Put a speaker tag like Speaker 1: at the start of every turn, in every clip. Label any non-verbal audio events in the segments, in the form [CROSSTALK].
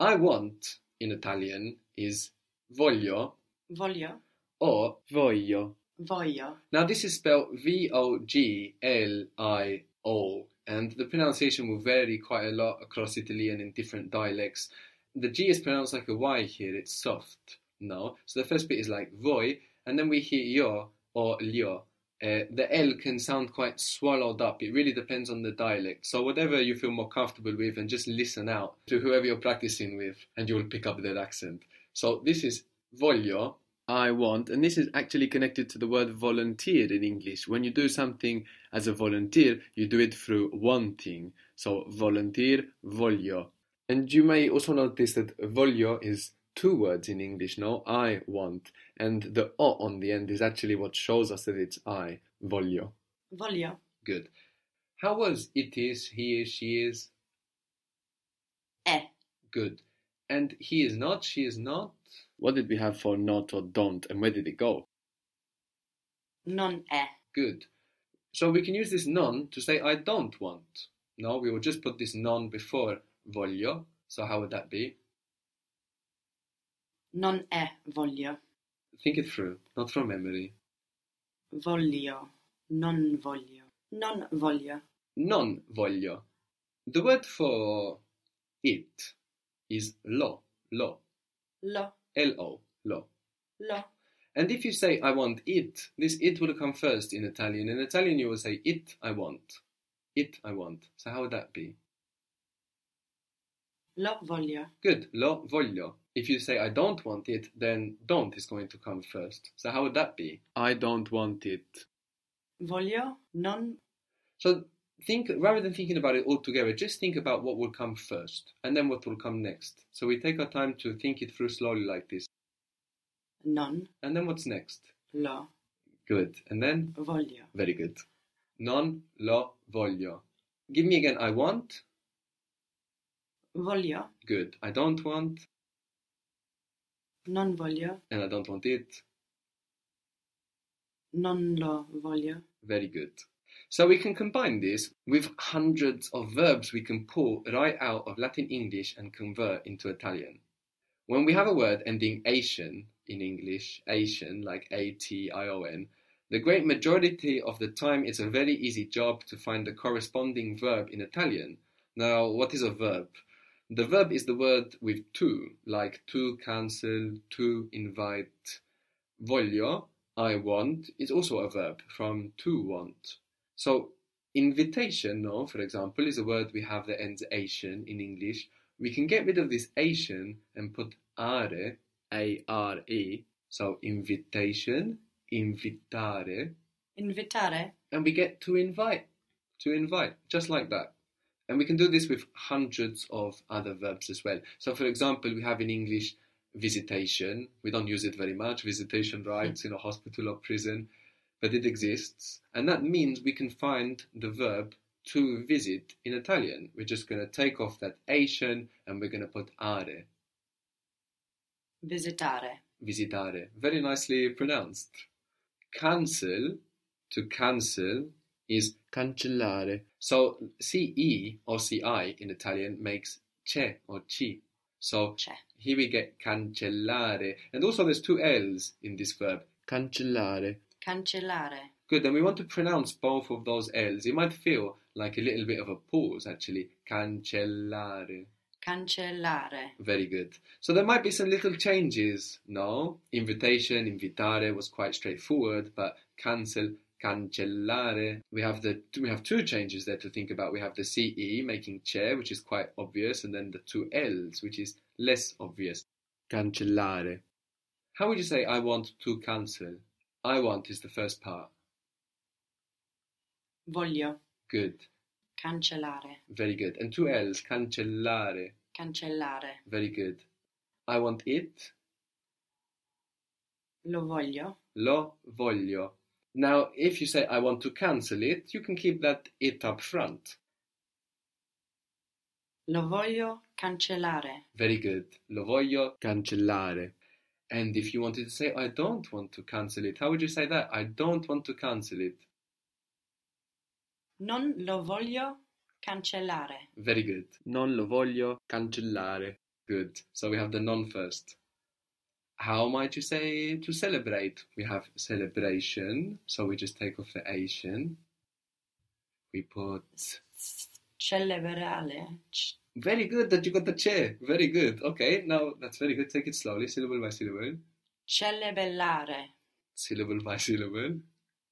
Speaker 1: I want in Italian is voglio
Speaker 2: Voglio,
Speaker 1: or voglio.
Speaker 2: voglio.
Speaker 1: Now this is spelled V-O-G-L-I-O and the pronunciation will vary quite a lot across Italy and in different dialects. The G is pronounced like a Y here, it's soft now. So the first bit is like voi and then we hear yo or lio. Uh, the L can sound quite swallowed up. It really depends on the dialect. So whatever you feel more comfortable with and just listen out to whoever you're practicing with and you'll pick up their accent. So this is voglio, I want, and this is actually connected to the word volunteer in English. When you do something as a volunteer, you do it through wanting. So volunteer, voglio. And you may also notice that voglio is two words in English, no? I want. And the o on the end is actually what shows us that it's I, voglio.
Speaker 2: Voglio.
Speaker 1: Good. How was it is, he is, she is?
Speaker 2: Eh.
Speaker 1: Good. And he is not, she is not? What did we have for not or don't, and where did it go?
Speaker 2: Non è.
Speaker 1: Good. So we can use this non to say I don't want. No, we will just put this non before voglio. So how would that be?
Speaker 2: Non è voglio.
Speaker 1: Think it through, not from memory.
Speaker 2: Voglio. Non voglio. Non voglio.
Speaker 1: Non voglio. The word for it is lo, lo,
Speaker 2: Lo,
Speaker 1: L-O, lo.
Speaker 2: lo.
Speaker 1: And if you say I want it, this it will come first in Italian. In Italian, you will say it I want, it I want. So how would that be?
Speaker 2: Lo voglio.
Speaker 1: Good. Lo voglio. If you say I don't want it, then don't is going to come first. So how would that be? I don't want it.
Speaker 2: Voglio. Non.
Speaker 1: So think rather than thinking about it all together, just think about what will come first and then what will come next. So we take our time to think it through slowly like this.
Speaker 2: Non.
Speaker 1: And then what's next?
Speaker 2: Lo.
Speaker 1: Good. And then
Speaker 2: Voglio.
Speaker 1: very good. Non lo voglio. Give me again I want.
Speaker 2: Voglio.
Speaker 1: Good. I don't want
Speaker 2: Non voglio.
Speaker 1: and I don't want it.
Speaker 2: Non lo voglio.
Speaker 1: Very good. So we can combine this with hundreds of verbs we can pull right out of Latin English and convert into Italian. When we have a word ending ation in English, ation like A T I O N, the great majority of the time it's a very easy job to find the corresponding verb in Italian. Now, what is a verb? The verb is the word with to, like to cancel, to invite, voglio, I want, is also a verb from to want. So, invitation, no, for example, is a word we have that ends ation in English. We can get rid of this ation and put are, a r e. So, invitation, invitare,
Speaker 2: Invitare.
Speaker 1: and we get to invite, to invite, just like that. And we can do this with hundreds of other verbs as well. So, for example, we have in English visitation. We don't use it very much, visitation rights in a hospital or prison, but it exists. And that means we can find the verb to visit in Italian. We're just going to take off that Asian and we're going to put are,
Speaker 2: Visitare.
Speaker 1: visitare. Very nicely pronounced. Cancel, to cancel, is cancellare. So CE or CI in Italian makes c'è or ci. So
Speaker 2: C'è.
Speaker 1: here we get cancellare. And also there's two L's in this verb. Cancellare.
Speaker 2: Cancellare.
Speaker 1: Good, and we want to pronounce both of those L's. It might feel like a little bit of a pause actually. Cancellare.
Speaker 2: Cancellare.
Speaker 1: Very good. So there might be some little changes. No, invitation, invitare was quite straightforward, but cancel, cancellare. We have the we have two changes there to think about. We have the ce making chair, which is quite obvious, and then the two l's, which is less obvious. Cancellare. How would you say I want to cancel? I want is the first part.
Speaker 2: Voglio.
Speaker 1: Good.
Speaker 2: Cancellare.
Speaker 1: Very good. And two l's, cancellare.
Speaker 2: Cancellare.
Speaker 1: Very good. I want it.
Speaker 2: Lo voglio.
Speaker 1: lo voglio. Now, if you say I want to cancel it, you can keep that it up front.
Speaker 2: Lo voglio cancellare.
Speaker 1: Very good. Lo voglio cancellare. And if you wanted to say I don't want to cancel it, how would you say that? I don't want to cancel it.
Speaker 2: Non lo voglio cancellare.
Speaker 1: Very good. Non lo voglio cancellare. Good. So we have the non first. How might you say to celebrate? We have celebration, so we just take off the Asian. We put.
Speaker 2: Celebrare. c-
Speaker 1: Very good that you got the chair. Very good. Okay, now that's very good. Take it slowly, syllable by syllable.
Speaker 2: Celebrare.
Speaker 1: Syllable by syllable.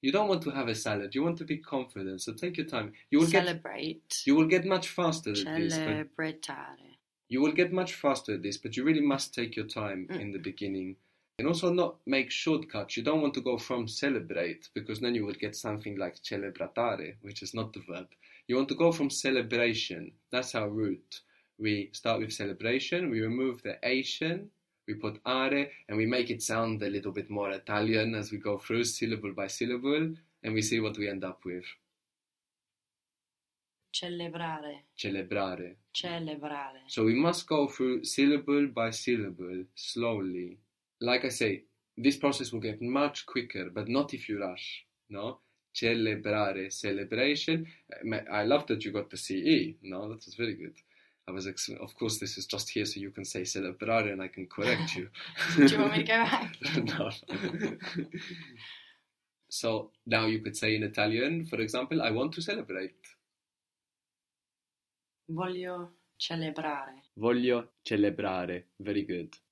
Speaker 1: You don't want to have a salad. You want to be confident. So take your time. You will get
Speaker 2: Celebrate.
Speaker 1: you will get much faster at this. but-
Speaker 2: Celebretare.
Speaker 1: you will get much faster at this, but you really must take your time in the beginning. And also not make shortcuts. You don't want to go from celebrate because then you would get something like celebratare, which is not the verb. You want to go from celebration. That's our root. We start with celebration, we remove the Asian, we put are, and we make it sound a little bit more Italian as we go through syllable by syllable, and we see what we end up with.
Speaker 2: Celebrare.
Speaker 1: Celebrare.
Speaker 2: Celebrare.
Speaker 1: So we must go through syllable by syllable, slowly. Like I say, this process will get much quicker, but not if you rush. No? Celebrare, celebration. I ma- I love that you got the CE. No, that was very good. I was, ex- of course, this is just here so you can say celebrare and I can correct you.
Speaker 2: [LAUGHS] Do you want me to go back?
Speaker 1: [LAUGHS] no. so now you could say in Italian, for example, I want to celebrate.
Speaker 2: Voglio celebrare.
Speaker 1: Voglio celebrare. Very good.